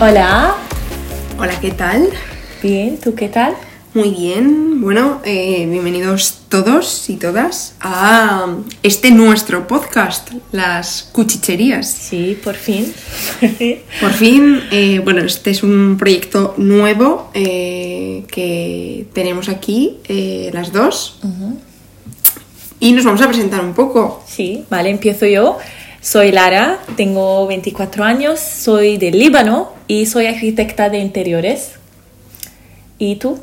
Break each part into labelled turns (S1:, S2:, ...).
S1: Hola,
S2: Hola, ¿qué tal?
S1: bien, ¿tú qué tal?
S2: Muy bien. Bueno, eh, bienvenidos todos y todas a este nuestro podcast, Las Cuchicherías.
S1: Sí, por fin.
S2: Por fin, eh, bueno, este es un proyecto nuevo eh, que tenemos aquí eh, las dos. Y nos vamos a presentar un poco.
S1: sí, vale, empiezo yo. Soy Lara, tengo 24 años, soy de Líbano y soy arquitecta de interiores. ¿Y tú?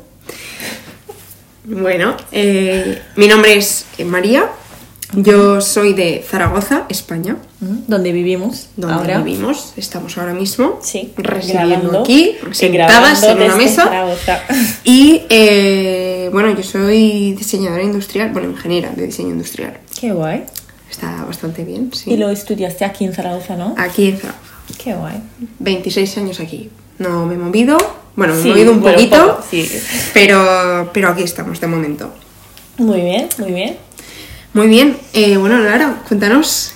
S2: Bueno, eh, mi nombre es eh, María, yo soy de Zaragoza, España.
S1: Mm, ¿Dónde vivimos
S2: donde
S1: ahora?
S2: vivimos, estamos ahora mismo,
S1: Sí, grabando,
S2: residiendo aquí,
S1: y
S2: sentadas en
S1: grabando
S2: una
S1: desde
S2: mesa.
S1: Zaragoza.
S2: Y eh, bueno, yo soy diseñadora industrial, bueno, ingeniera de diseño industrial.
S1: Qué guay.
S2: Está bastante bien, sí. Ah.
S1: Y lo estudiaste aquí en Zaragoza, ¿no?
S2: Aquí en Zaragoza,
S1: Qué guay.
S2: 26 años aquí. No me he movido, bueno, me
S1: Sí,
S2: he movido un
S1: bueno,
S2: poquito,
S1: poco, sí.
S2: pero, pero aquí estamos de momento.
S1: Muy bien, muy bien.
S2: Muy bien, eh, bueno, Lara, cuéntanos,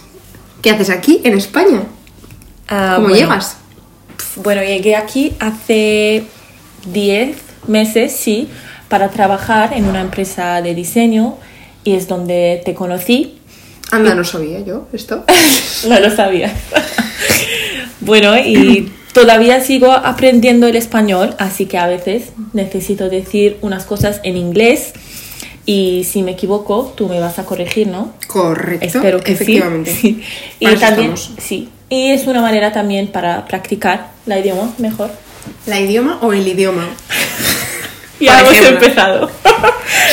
S2: ¿qué haces aquí en España?
S1: Ah,
S2: ¿Cómo
S1: bueno,
S2: llegas?
S1: Bueno, llegué aquí hace 10 meses, sí, para trabajar en una empresa de diseño y es donde te conocí.
S2: Anda, no sabía yo esto.
S1: No lo sabía. bueno, y todavía sigo aprendiendo el español, así que a veces necesito decir unas cosas en inglés y si me equivoco, tú me vas a corregir, ¿no?
S2: Correcto,
S1: Espero que sí.
S2: efectivamente.
S1: sí. Y
S2: Para eso
S1: también,
S2: estamos.
S1: sí. Y es una manera también para practicar la idioma mejor.
S2: ¿La idioma o el idioma?
S1: Ya
S2: Por
S1: hemos
S2: ejemplo.
S1: empezado.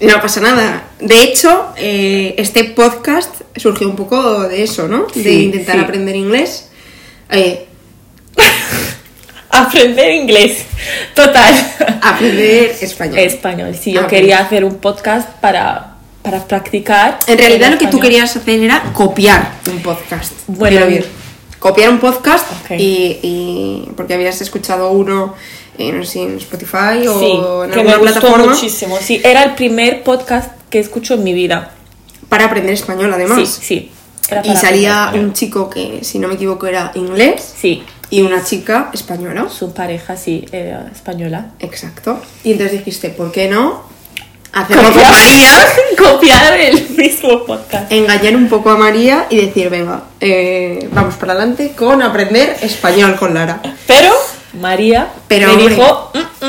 S2: No pasa nada. De hecho, eh, este podcast surgió un poco de eso, ¿no? de
S1: Sí,
S2: intentar
S1: sí.
S2: aprender inglés. Eh,
S1: Aprender inglés. Total.
S2: aprender español.
S1: Español. Sí, yo
S2: Ah,
S1: quería hacer un podcast para, para practicar.
S2: en realidad
S1: el
S2: lo que tú
S1: español.
S2: querías hacer era copiar un podcast.
S1: Bueno,
S2: Quiero decir, copiar un podcast
S1: Ok.
S2: y, y- porque habías escuchado uno eh, no sé si en Spotify o
S1: Sí,
S2: en
S1: que me
S2: alguna
S1: gustó
S2: plataforma
S1: muchísimo. Sí, era el primer podcast que escucho en mi vida.
S2: para aprender español
S1: Sí,
S2: además.
S1: sí. Era
S2: Y
S1: para aprender
S2: salía
S1: español.
S2: un chico que, si no me equivoco, era inglés
S1: Sí,
S2: y una chica española.
S1: su pareja, sí, era española.
S2: Exacto. Y entonces dijiste, ¿por qué no? Hacer
S1: Copiar.
S2: María,
S1: Copiar el mismo podcast.
S2: engañar un poco a María y decir, venga, eh, vamos para adelante con aprender español con Lara.
S1: Pero María
S2: Pero,
S1: me
S2: hombre.
S1: dijo, "Mm,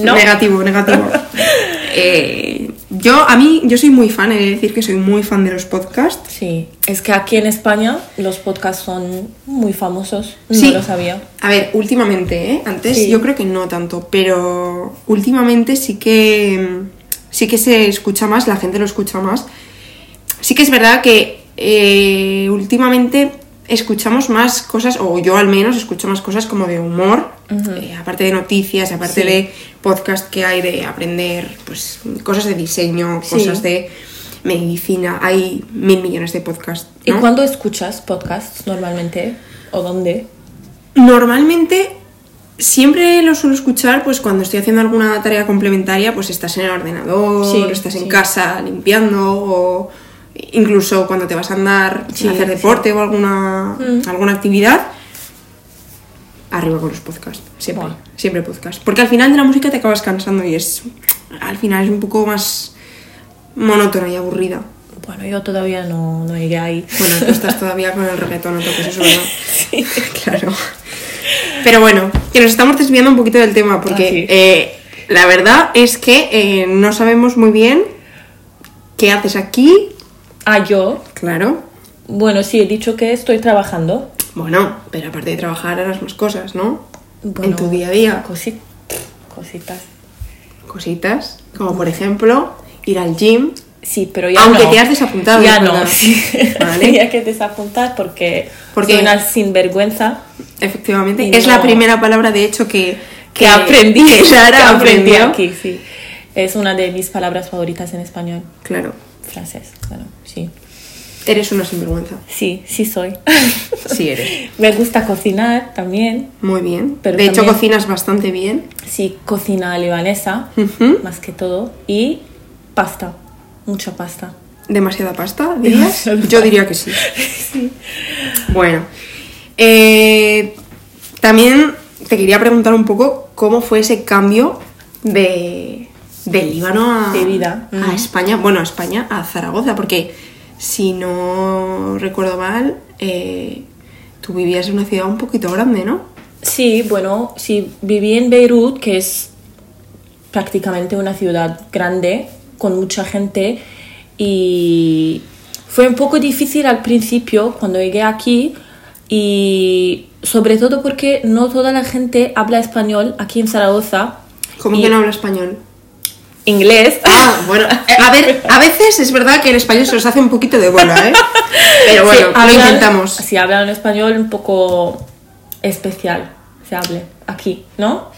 S1: mm, no.
S2: Negativo, negativo. Eh, yo, a mí, yo soy muy fan, he de decir que soy muy fan de los podcasts.
S1: Sí, es que aquí en España los podcasts son muy famosos. No
S2: Sí.
S1: lo sabía.
S2: A ver, últimamente, ¿eh? Antes
S1: Sí.
S2: yo creo que no tanto, pero últimamente sí que sí que se escucha más, la gente lo escucha más. Sí que es verdad que eh, últimamente escuchamos más cosas, o yo al menos escucho más cosas como de humor, eh, aparte de noticias, aparte
S1: Sí.
S2: de podcast que hay de aprender, pues cosas de diseño,
S1: Sí.
S2: cosas de medicina, hay mil millones de podcasts.
S1: ¿Y
S2: ¿no?
S1: cuándo escuchas podcasts normalmente? ¿O dónde?
S2: Normalmente siempre lo suelo escuchar pues cuando estoy haciendo alguna tarea complementaria, pues estás en el ordenador,
S1: Sí,
S2: estás en
S1: sí.
S2: casa limpiando o incluso cuando te vas a andar
S1: Sí,
S2: a hacer
S1: sí. Mm.
S2: deporte o alguna, alguna actividad. Arriba con los podcasts, siempre,
S1: Buah.
S2: siempre podcast. Porque al final de la música te acabas cansando y es al final es un poco más monótona y aburrida.
S1: Bueno, yo todavía no, no llegué ahí.
S2: Bueno, tú estás todavía con el reggaetón, no toques eso, ¿verdad?
S1: Sí.
S2: Claro. Pero bueno, que nos estamos desviando un poquito del tema porque
S1: Ah, sí.
S2: eh, la verdad es que eh, no sabemos muy bien qué haces aquí.
S1: Ah, yo.
S2: Claro.
S1: Bueno, sí, he dicho que estoy trabajando.
S2: Bueno, pero aparte de trabajar harás más cosas, ¿no?
S1: Bueno,
S2: en tu día a día.
S1: cosi- cositas.
S2: Cositas, como por ejemplo ir al gym.
S1: Sí, pero ya
S2: Aunque
S1: no.
S2: te has desapuntado,
S1: Ya
S2: es
S1: no.
S2: verdad.
S1: Sí.
S2: Vale.
S1: Tenía que desapuntar porque
S2: ¿Por
S1: soy
S2: qué?
S1: una sinvergüenza.
S2: Efectivamente,
S1: Y
S2: es
S1: no-
S2: la primera palabra de hecho que,
S1: que aprendí,
S2: que Sara
S1: que aprendí
S2: aprendió.
S1: aquí, sí. Es una de mis palabras favoritas en español.
S2: Claro,
S1: Frases, claro, sí.
S2: eres una sinvergüenza.
S1: Sí, sí soy.
S2: Sí eres.
S1: Me gusta cocinar también.
S2: Muy bien.
S1: Pero
S2: de hecho,
S1: también-
S2: cocinas bastante bien.
S1: Sí, cocina libanesa,
S2: Ujú.
S1: más que todo. Y pasta, mucha pasta.
S2: ¿Demasiada pasta, dirías?
S1: Demasiada
S2: Yo diría que sí. Bueno. eh, También te quería preguntar un poco cómo fue ese cambio de, del Líbano a,
S1: De vida.
S2: a
S1: Mm.
S2: España, bueno, a España, a Zaragoza, porque si no recuerdo mal, eh, tú vivías en una ciudad un poquito grande, ¿no?
S1: Sí, bueno, sí, viví en Beirut, que es prácticamente una ciudad grande, con mucha gente, y fue un poco difícil al principio cuando llegué aquí, y sobre todo porque no toda la gente habla español aquí en Zaragoza.
S2: ¿Cómo
S1: Y
S2: que no habla español?
S1: Inglés.
S2: Ah, bueno, eh, a ver, a veces es verdad que el español se nos hace un poquito de bola, ¿eh? Pero bueno,
S1: Sí,
S2: lo
S1: hablan-
S2: intentamos.
S1: Sí, hablan un español un poco especial, se hable aquí, ¿no?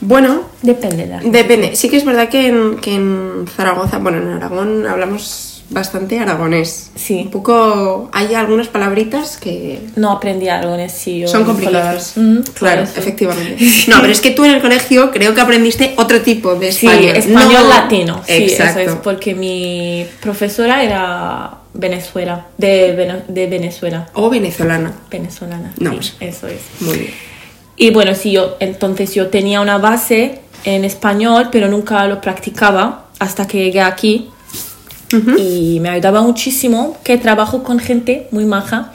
S2: Bueno,
S1: Depende de la gente.
S2: Depende. Sí que es verdad que en, que en Zaragoza, bueno, en Aragón hablamos bastante aragonés.
S1: Sí.
S2: Un poco... Hay algunas palabritas que
S1: No aprendí aragonés, sí. yo
S2: son
S1: en el
S2: complicadas.
S1: colegio. Mm,
S2: claro,
S1: por eso.
S2: efectivamente. No, pero es que tú en el colegio creo que aprendiste otro tipo de
S1: Sí,
S2: español.
S1: español,
S2: No-
S1: latino. Sí,
S2: Exacto.
S1: eso es porque mi profesora era Venezuela, de, Vene- de Venezuela,
S2: O venezolana.
S1: venezolana.
S2: No,
S1: sí,
S2: pues.
S1: eso es.
S2: Muy bien.
S1: Y bueno, sí, yo, entonces yo tenía una base en español, pero nunca lo practicaba hasta que llegué aquí. Y me ayudaba muchísimo que trabajo con gente muy maja.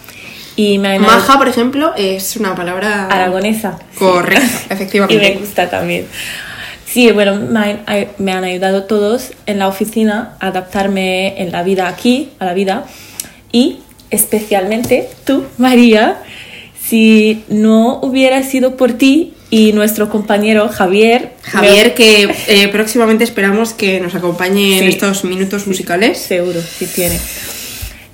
S1: Y me
S2: Maja, por ejemplo, es una palabra...
S1: aragonesa.
S2: Correcta,
S1: Y me
S2: efectivamente.
S1: gusta también. Sí, bueno, me han, ay- me han ayudado todos en la oficina a adaptarme en la vida aquí, a la vida. Y especialmente tú, María, si no hubiera sido por ti y nuestro compañero Javier.
S2: Javier, que eh, próximamente esperamos que nos acompañe en
S1: Sí.
S2: estos minutos musicales.
S1: Seguro, sí tiene.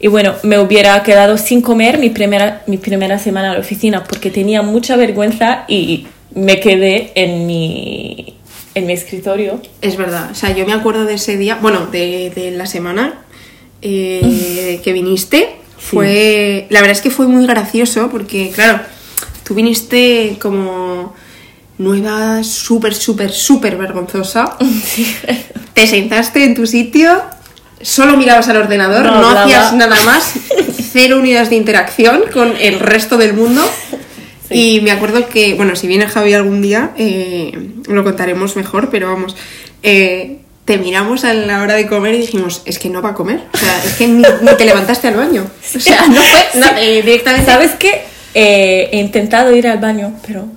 S1: Y bueno, me hubiera quedado sin comer mi primera, mi primera semana en la oficina porque tenía mucha vergüenza y me quedé en mi, en mi escritorio.
S2: Es verdad, o sea, yo me acuerdo de ese día, bueno, de, de la semana eh, que viniste. Fue, la verdad es que fue muy gracioso porque, claro, tú viniste como nueva, súper, súper, súper vergonzosa. Te sentaste en tu sitio, solo mirabas al ordenador,
S1: No
S2: no,
S1: hablaba.
S2: hacías nada más, cero unidades de interacción con el resto del mundo. Y me acuerdo que, bueno, si viene Javi algún día, eh, lo contaremos mejor, pero vamos, eh, te miramos a la hora de comer y dijimos, es que no va a comer, o sea, es que ni, ni te levantaste al baño. O sea, no fue na- eh, directamente...
S1: ¿Sabes qué? Eh, he intentado ir al baño, pero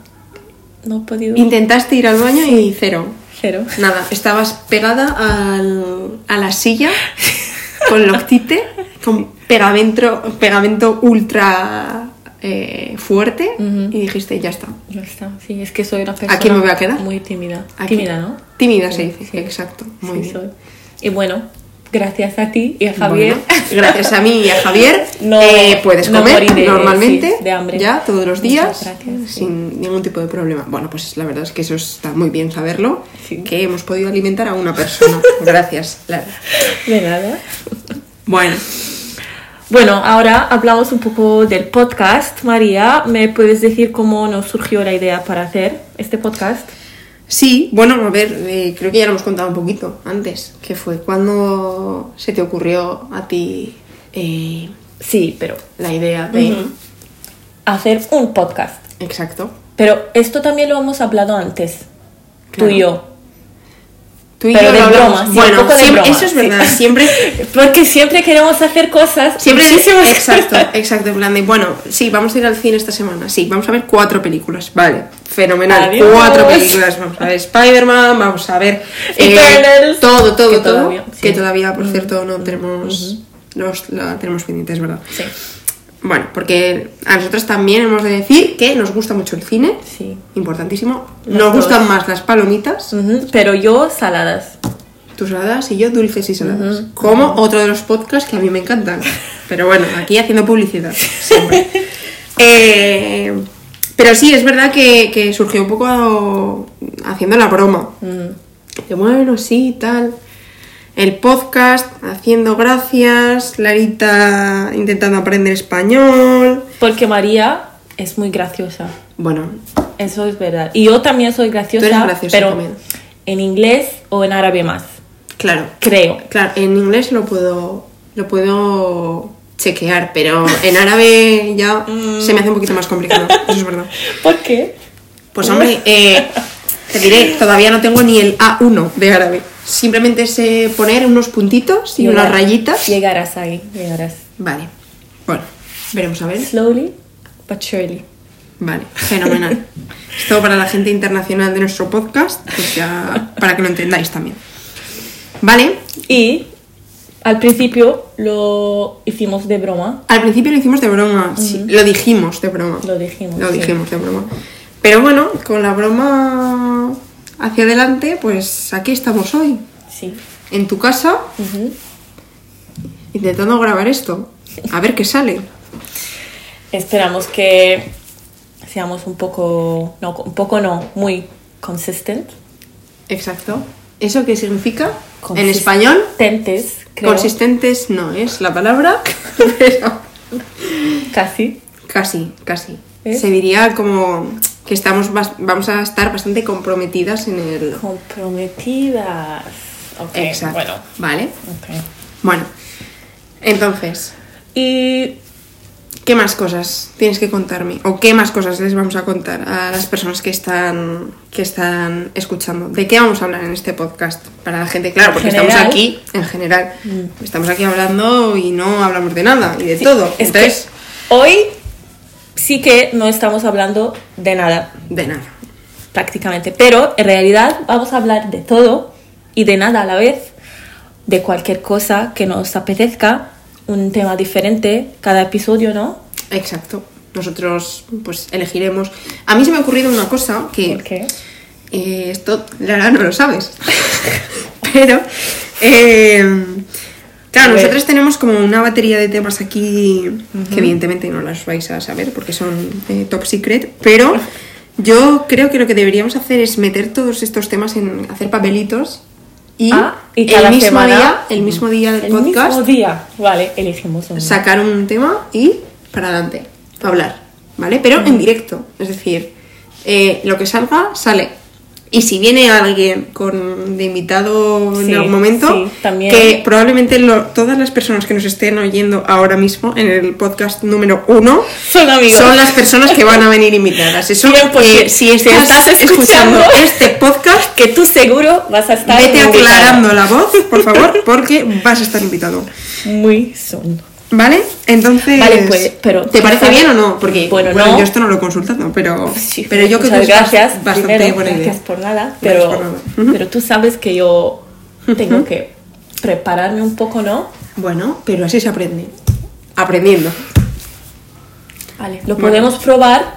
S1: no he podido.
S2: Intentaste ir al baño y cero.
S1: Cero.
S2: Nada, estabas pegada al- a la silla con loctite, con pegamento, pegamento ultra eh, fuerte y dijiste, ya está.
S1: Ya está. Sí, es que soy una persona
S2: me voy a quedar?
S1: muy tímida.
S2: Aquí.
S1: Tímida, ¿no?
S2: Tímida se dice,
S1: sí.
S2: exacto. Muy
S1: Sí,
S2: bien.
S1: soy. Y bueno, gracias a ti y a Javier.
S2: Bueno, gracias a mí y a Javier
S1: No,
S2: eh, puedes
S1: no
S2: comer
S1: morí de-
S2: normalmente,
S1: sí, de hambre.
S2: ya todos los
S1: Muchas
S2: días,
S1: gracias, sí.
S2: sin ningún tipo de problema. Bueno, pues la verdad es que eso está muy bien saberlo,
S1: Sí.
S2: que hemos podido alimentar a una persona. gracias, Lara.
S1: De nada.
S2: Bueno,
S1: Bueno, ahora hablamos un poco del podcast. María, ¿me puedes decir cómo nos surgió la idea para hacer este podcast?
S2: sí, bueno, a ver, eh, creo que ya lo hemos contado un poquito antes, que fue cuando se te ocurrió a ti eh,
S1: Sí, pero
S2: la idea de...
S1: hacer un podcast.
S2: Exacto.
S1: Pero esto también lo hemos hablado antes, tú y
S2: Claro.
S1: yo.
S2: Tú y
S1: Pero
S2: yo
S1: de
S2: lo hablamos.
S1: broma, sí,
S2: bueno,
S1: un poco de
S2: siempre-
S1: broma,
S2: eso es
S1: sí.
S2: verdad, siempre
S1: Porque siempre queremos hacer cosas.
S2: Siempre
S1: muchísimas-
S2: Exacto, exacto, en plan de, bueno, sí, vamos a ir al cine esta semana, sí, vamos a ver cuatro películas, vale, fenomenal,
S1: Adiós.
S2: cuatro películas, vamos a ver Spider-Man, vamos a ver eh,
S1: Eternals.
S2: todo, todo,
S1: Que
S2: todo,
S1: todavía, sí.
S2: que todavía, por cierto, no tenemos, los, la tenemos pendientes, ¿verdad?
S1: Sí,
S2: Bueno, porque a nosotros también hemos de decir que nos gusta mucho el cine,
S1: sí.
S2: importantísimo,
S1: Las
S2: nos
S1: dos.
S2: gustan más las palomitas,
S1: Ujú, Pero yo saladas.
S2: tus saladas y yo dulces y saladas. Como otro de los podcasts que a mí me encantan. Pero bueno, aquí haciendo publicidad. siempre. Eh, pero sí, es verdad que, que surgió un poco haciendo la broma. De bueno, sí, tal. El podcast, haciendo gracias, Larita intentando aprender español.
S1: Porque María es muy graciosa.
S2: Bueno,
S1: Eso es verdad. Y yo también soy graciosa,
S2: Tú eres graciosa
S1: pero
S2: también.
S1: en inglés o en árabe más,
S2: claro,
S1: creo.
S2: Claro, en inglés lo puedo. Lo puedo chequear, pero en árabe ya se me hace un poquito más complicado, eso es verdad.
S1: ¿Por qué?
S2: Pues hombre, eh, te diré, todavía no tengo ni el A1 de árabe. Simplemente sé poner unos puntitos y unas
S1: Llegar-
S2: rayitas.
S1: Llegarás ahí, llegarás.
S2: Vale. Bueno, veremos a ver.
S1: Slowly, but surely.
S2: Vale, fenomenal. Esto para la gente internacional de nuestro podcast, pues ya para que lo entendáis también. Vale,
S1: Y al principio lo hicimos de broma,
S2: al principio lo hicimos de broma, sí, lo dijimos de broma.
S1: lo dijimos.
S2: Lo
S1: sí.
S2: dijimos de broma. Pero bueno, con la broma hacia adelante, pues aquí estamos hoy,
S1: Sí.
S2: en tu casa,
S1: Ujú.
S2: intentando grabar esto. A ver qué sale.
S1: Esperamos que seamos un poco, no, un poco no, muy consistent.
S2: Exacto. ¿Eso qué significa? En
S1: Consist-
S2: español,
S1: Tentes, creo.
S2: consistentes no es la palabra, pero
S1: Casi.
S2: casi, casi.
S1: ¿Ves?
S2: Se diría como que estamos bas- vamos a estar bastante comprometidas en el...
S1: Comprometidas. Ok,
S2: Exacto.
S1: bueno.
S2: Vale.
S1: ok.
S2: Bueno. Entonces,
S1: Y
S2: ¿Qué más cosas tienes que contarme? ¿O qué más cosas les vamos a contar a las personas que están, que están escuchando? ¿De qué vamos a hablar en este podcast? Para la gente, claro, porque estamos
S1: general. Mm.
S2: aquí en general. Estamos aquí hablando y no hablamos de nada y de todo.
S1: es que
S2: Entonces,
S1: hoy sí que no estamos hablando de nada,
S2: de nada.
S1: prácticamente. Pero en realidad vamos a hablar de todo y de nada a la vez, de cualquier cosa que nos apetezca, un tema diferente cada episodio, ¿no?
S2: Exacto. Nosotros pues elegiremos. A mí se me ha ocurrido una cosa que
S1: ¿Por qué?
S2: Eh, esto, la verdad, no lo sabes. Pero, eh, claro,
S1: A ver.
S2: nosotros tenemos como una batería de temas aquí que evidentemente no las vais a saber porque son eh, top secret, pero yo creo que lo que deberíamos hacer es meter todos estos temas en hacer papelitos y,
S1: Ah, y
S2: el
S1: cada
S2: mismo
S1: semana-
S2: día, el mismo día del
S1: El
S2: podcast,
S1: mismo día, vale, elegimos un
S2: sacar un tema y para adelante, para hablar, ¿vale? Pero en directo, es decir, eh, lo que salga, sale. Y si viene alguien con, de invitado
S1: Sí,
S2: en algún momento,
S1: sí, también.
S2: que probablemente lo- todas las personas que nos estén oyendo ahora mismo en el podcast número uno
S1: Son amigos.
S2: son las personas que van a venir invitadas. Eso,
S1: Bien, pues,
S2: eh,
S1: si-
S2: si
S1: si
S2: estás,
S1: estás
S2: escuchando,
S1: escuchando-
S2: este podcast,
S1: que tú seguro vas a estar
S2: vete
S1: invitada
S2: aclarando la voz, por favor, porque vas a estar invitado.
S1: muy soon.
S2: ¿Vale? Entonces.
S1: Vale, pues, pero-
S2: ¿Te parece bien o no? Porque
S1: Bueno,
S2: bueno,
S1: no.
S2: yo esto no lo he consultado, pero.
S1: Sí,
S2: pero yo creo que
S1: muchas
S2: es
S1: gracias,
S2: bast- bastante
S1: primero,
S2: buena idea.
S1: gracias por nada, pero,
S2: por nada. Ujú.
S1: pero tú sabes que yo tengo que prepararme un poco, ¿no?
S2: Bueno, pero así se aprende. Aprendiendo.
S1: Vale, lo
S2: Bueno.
S1: podemos probar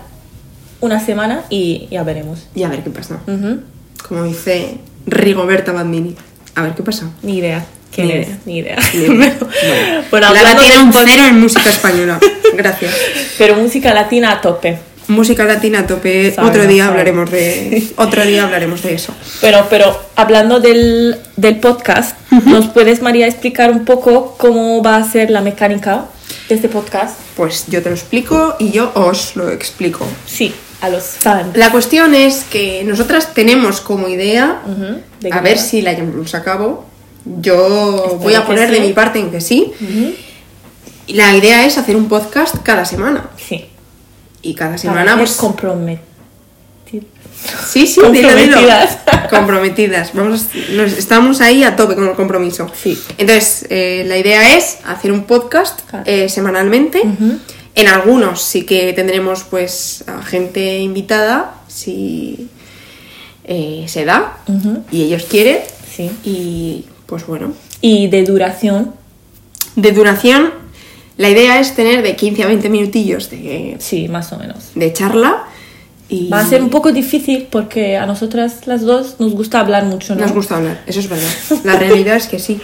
S1: una semana y ya veremos.
S2: Y a ver qué pasa.
S1: Ujú,
S2: Como dice Rigoberta Bandini. A ver qué pasa.
S1: Ni idea quién
S2: Ni
S1: eres,
S2: idea.
S1: ni idea.
S2: Ni idea.
S1: bueno,
S2: Lara
S1: hablando
S2: tiene
S1: de-
S2: un cero en música española. Gracias.
S1: pero música latina a tope.
S2: Música latina a tope.
S1: Sabe,
S2: otro día
S1: sabe.
S2: hablaremos de. Otro día hablaremos de eso.
S1: Pero, pero hablando del, del podcast, ¿nos puedes, María, explicar un poco cómo va a ser la mecánica de este podcast?
S2: Pues yo te lo explico y yo os lo explico.
S1: Sí, a los fans.
S2: La cuestión es que nosotras tenemos como idea,
S1: Ujú, de
S2: a
S1: que
S2: ver
S1: no.
S2: si la llevamos a cabo. Yo
S1: Espero
S2: voy a
S1: que
S2: poner de
S1: sí.
S2: mi parte en que sí.
S1: Ujú,
S2: Y la idea es hacer un podcast cada semana.
S1: Sí.
S2: Y cada
S1: Para
S2: semana,
S1: ser
S2: pues.
S1: comprometida.
S2: sí, sí, dilo, dilo.
S1: comprometidas.
S2: Comprometidas. Vamos, nos- estamos ahí a tope con el compromiso.
S1: Sí.
S2: Entonces, eh, la idea es hacer un podcast
S1: Claro.
S2: eh, semanalmente.
S1: Ujú.
S2: En algunos sí que tendremos pues a gente invitada, si eh, se da
S1: Ujú.
S2: y ellos quieren.
S1: Sí.
S2: Y pues bueno,
S1: Y de duración,
S2: de duración, la idea es tener de 15 a 20 minutillos de,
S1: sí, más o menos.
S2: de charla. Y
S1: Va a ser un poco difícil porque a nosotras las dos nos gusta hablar mucho, ¿no?
S2: Nos gusta hablar, eso es verdad. La realidad es que sí.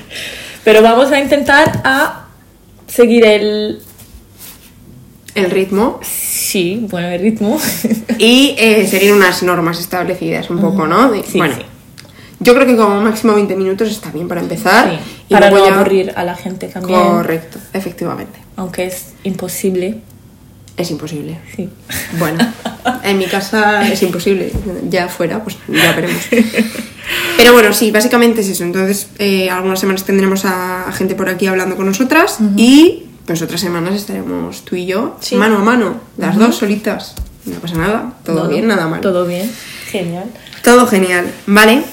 S1: Pero vamos a intentar a seguir el...
S2: El ritmo
S1: Sí, bueno, el ritmo.
S2: y eh, seguir unas normas establecidas un poco, ¿no? De-
S1: Sí,
S2: bueno,
S1: sí.
S2: yo creo que como máximo 20 minutos está bien para empezar.
S1: Sí,
S2: Ah, y
S1: para no
S2: luego ya-
S1: aburrir a la gente también.
S2: Correcto, efectivamente.
S1: Aunque es imposible.
S2: Es imposible.
S1: Sí.
S2: Bueno, en mi casa es imposible. Ya fuera, pues ya veremos. Pero bueno, sí, básicamente es eso. Entonces, eh, algunas semanas tendremos a gente por aquí hablando con nosotras y pues otras semanas estaremos tú y yo
S1: Sí.
S2: mano a mano, las dos solitas. No pasa nada, todo
S1: No,
S2: bien, nada mal. Todo.
S1: Todo bien, genial.
S2: genial, ¿vale?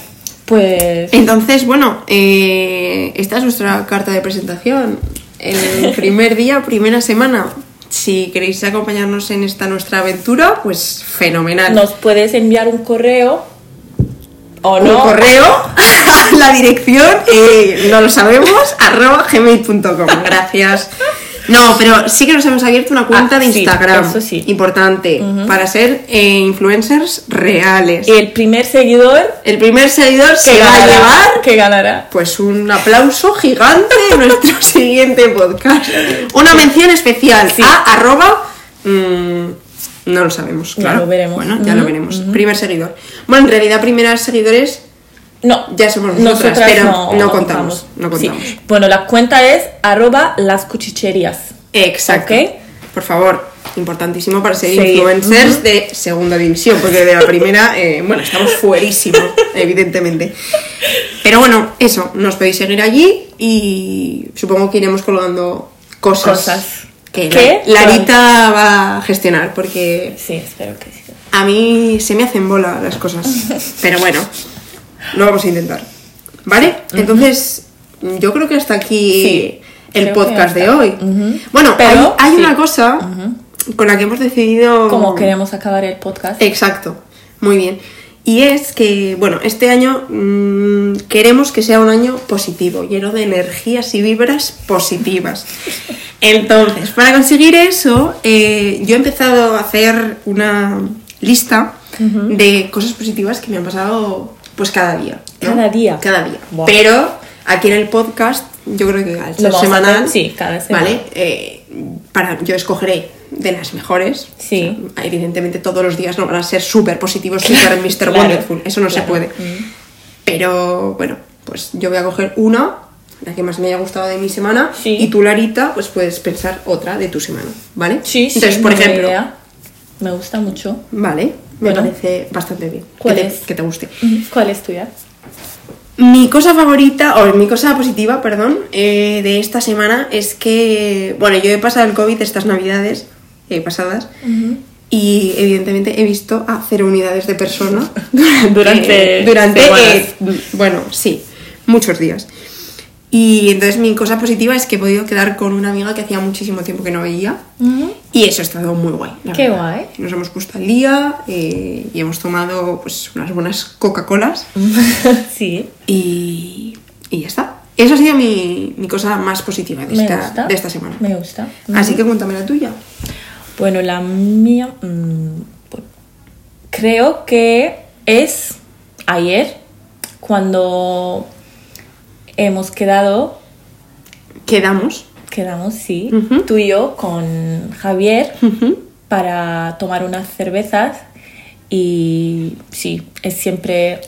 S1: Pues
S2: Entonces, bueno, eh, esta es nuestra carta de presentación. El primer día, primera semana. Si queréis acompañarnos en esta nuestra aventura, pues fenomenal.
S1: nos puedes enviar un correo o
S2: un
S1: no.
S2: correo a la dirección, eh, no lo sabemos, arroba gmail.com. Gracias. No, pero sí que nos hemos abierto una cuenta
S1: Ah,
S2: de
S1: sí,
S2: Instagram.
S1: eso sí.
S2: Importante. Para ser eh, influencers reales.
S1: Y el primer seguidor
S2: El primer seguidor se va a
S1: ganará-
S2: llevar
S1: Eh, Que ganará.
S2: pues un aplauso gigante en nuestro siguiente podcast. Una mención especial
S1: Sí.
S2: a arroba. mm, no lo sabemos,
S1: Ya
S2: claro.
S1: lo veremos.
S2: Bueno, ya lo
S1: Ujú,
S2: veremos. Primer seguidor. Bueno, en realidad, primeros seguidores
S1: No.
S2: ya somos nosotras, pero no, contamos. No
S1: Sí.
S2: contamos.
S1: Bueno, la cuenta es arroba las cuchicherías.
S2: Exacto.
S1: Ok.
S2: Por favor, importantísimo para ser
S1: Sí.
S2: influencers de segunda división, porque de la primera, eh, bueno, estamos fuerísimos, evidentemente. Pero bueno, eso, nos podéis seguir allí y supongo que iremos colgando cosas.
S1: Cosas.
S2: Que
S1: ¿Qué?
S2: la- Larita va a gestionar, porque
S1: Sí, espero que sí.
S2: a mí se me hacen bola las cosas. Pero bueno, lo vamos a intentar. ¿Vale? Entonces, yo creo que hasta aquí
S1: Sí,
S2: el
S1: creo
S2: podcast
S1: que
S2: de
S1: hasta-
S2: hoy.
S1: Ujú.
S2: Bueno,
S1: Pero,
S2: hay, hay
S1: sí.
S2: una cosa con la que hemos decidido.
S1: Como queremos acabar el
S2: Eh,
S1: podcast.
S2: Exacto, muy bien. Y es que, bueno, este año mm, queremos que sea un año positivo, lleno de energías y vibras positivas. Entonces, para conseguir eso, eh, yo he empezado a hacer una lista de cosas positivas que me han pasado pues cada día. ¿no?
S1: Cada día.
S2: Cada día.
S1: Buah.
S2: Pero aquí en el podcast, yo creo que al ser
S1: vamos a
S2: semanal,
S1: hacer, sí, cada semana.
S2: ¿vale? Eh, para, yo escogeré de las mejores,
S1: Sí.
S2: o sea, evidentemente todos los días no van a ser súper positivos, súper Mr.
S1: Claro,
S2: Wonderful, eso no se
S1: claro. Mm.
S2: puede. Pero bueno, pues yo voy a coger una, la que más me haya gustado de mi semana,
S1: Sí.
S2: y tú, Larita, pues puedes pensar otra de tu semana, ¿vale?
S1: Sí, sí.
S2: Entonces, por
S1: buena
S2: ejemplo,
S1: idea. Me gusta mucho.
S2: vale, me
S1: Bueno.
S2: parece bastante bien.
S1: ¿Cuál
S2: que te-
S1: es?
S2: que te guste.
S1: ¿Cuál es tuya?
S2: Mi cosa favorita, o mi cosa positiva, perdón, eh, de esta semana es que, bueno, yo he pasado el COVID estas navidades eh, pasadas y evidentemente he visto a cero unidades de persona
S1: Durante
S2: eh, durante
S1: semanas.
S2: eh, bueno, sí, muchos días. Y entonces mi cosa positiva es que he podido quedar con una amiga que hacía muchísimo tiempo que no veía y eso ha estado muy guay. la
S1: Qué
S2: verdad.
S1: guay.
S2: Nos hemos puesto al día eh, y hemos tomado pues unas buenas Coca-Colas.
S1: sí.
S2: Y, y ya está. Esa ha sido mi, mi cosa más positiva de,
S1: Me
S2: esta,
S1: gusta.
S2: de esta semana.
S1: Me gusta.
S2: Así que cuéntame la tuya.
S1: Bueno, la mía. mm, pues, creo que es ayer cuando hemos quedado.
S2: Quedamos.
S1: Quedamos, sí,
S2: Ujú.
S1: tú y yo con Javier
S2: Ujú.
S1: para tomar unas cervezas y sí, es siempre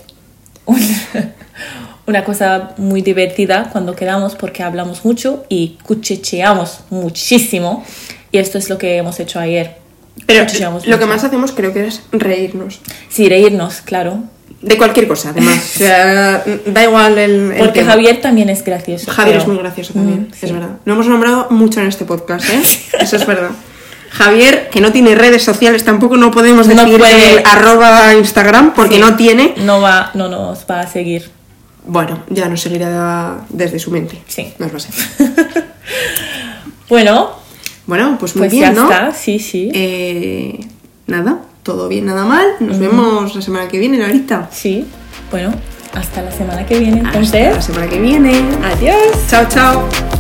S1: un- una cosa muy divertida cuando quedamos porque hablamos mucho y cuchicheamos muchísimo y esto es lo que hemos hecho ayer.
S2: Pero
S1: Cuchicheamos
S2: lo que
S1: mucho.
S2: más hacemos creo que es reírnos.
S1: Sí, reírnos, claro.
S2: De cualquier cosa, además. O sea, da igual el, el
S1: Porque
S2: tema.
S1: Javier también es gracioso.
S2: Javier
S1: creo.
S2: es muy gracioso también,
S1: Mm, sí.
S2: es verdad. Lo hemos nombrado mucho en este podcast, ¿eh? Eso es verdad. Javier, que no tiene redes sociales, tampoco no podemos
S1: No
S2: decir
S1: puede.
S2: el arroba Instagram porque no tiene.
S1: No, va, no nos va a seguir.
S2: Bueno, ya nos seguirá desde su mente.
S1: Sí.
S2: Nos va a seguir.
S1: Bueno,
S2: Bueno, pues muy
S1: pues
S2: bien,
S1: ya
S2: ¿no?
S1: está, sí, sí.
S2: Eh, nada, todo bien, nada mal. Nos vemos la semana que viene, Larita.
S1: Sí, bueno, hasta la semana que viene
S2: Hasta
S1: entonces.
S2: la semana que viene.
S1: Adiós.
S2: Chao, chao.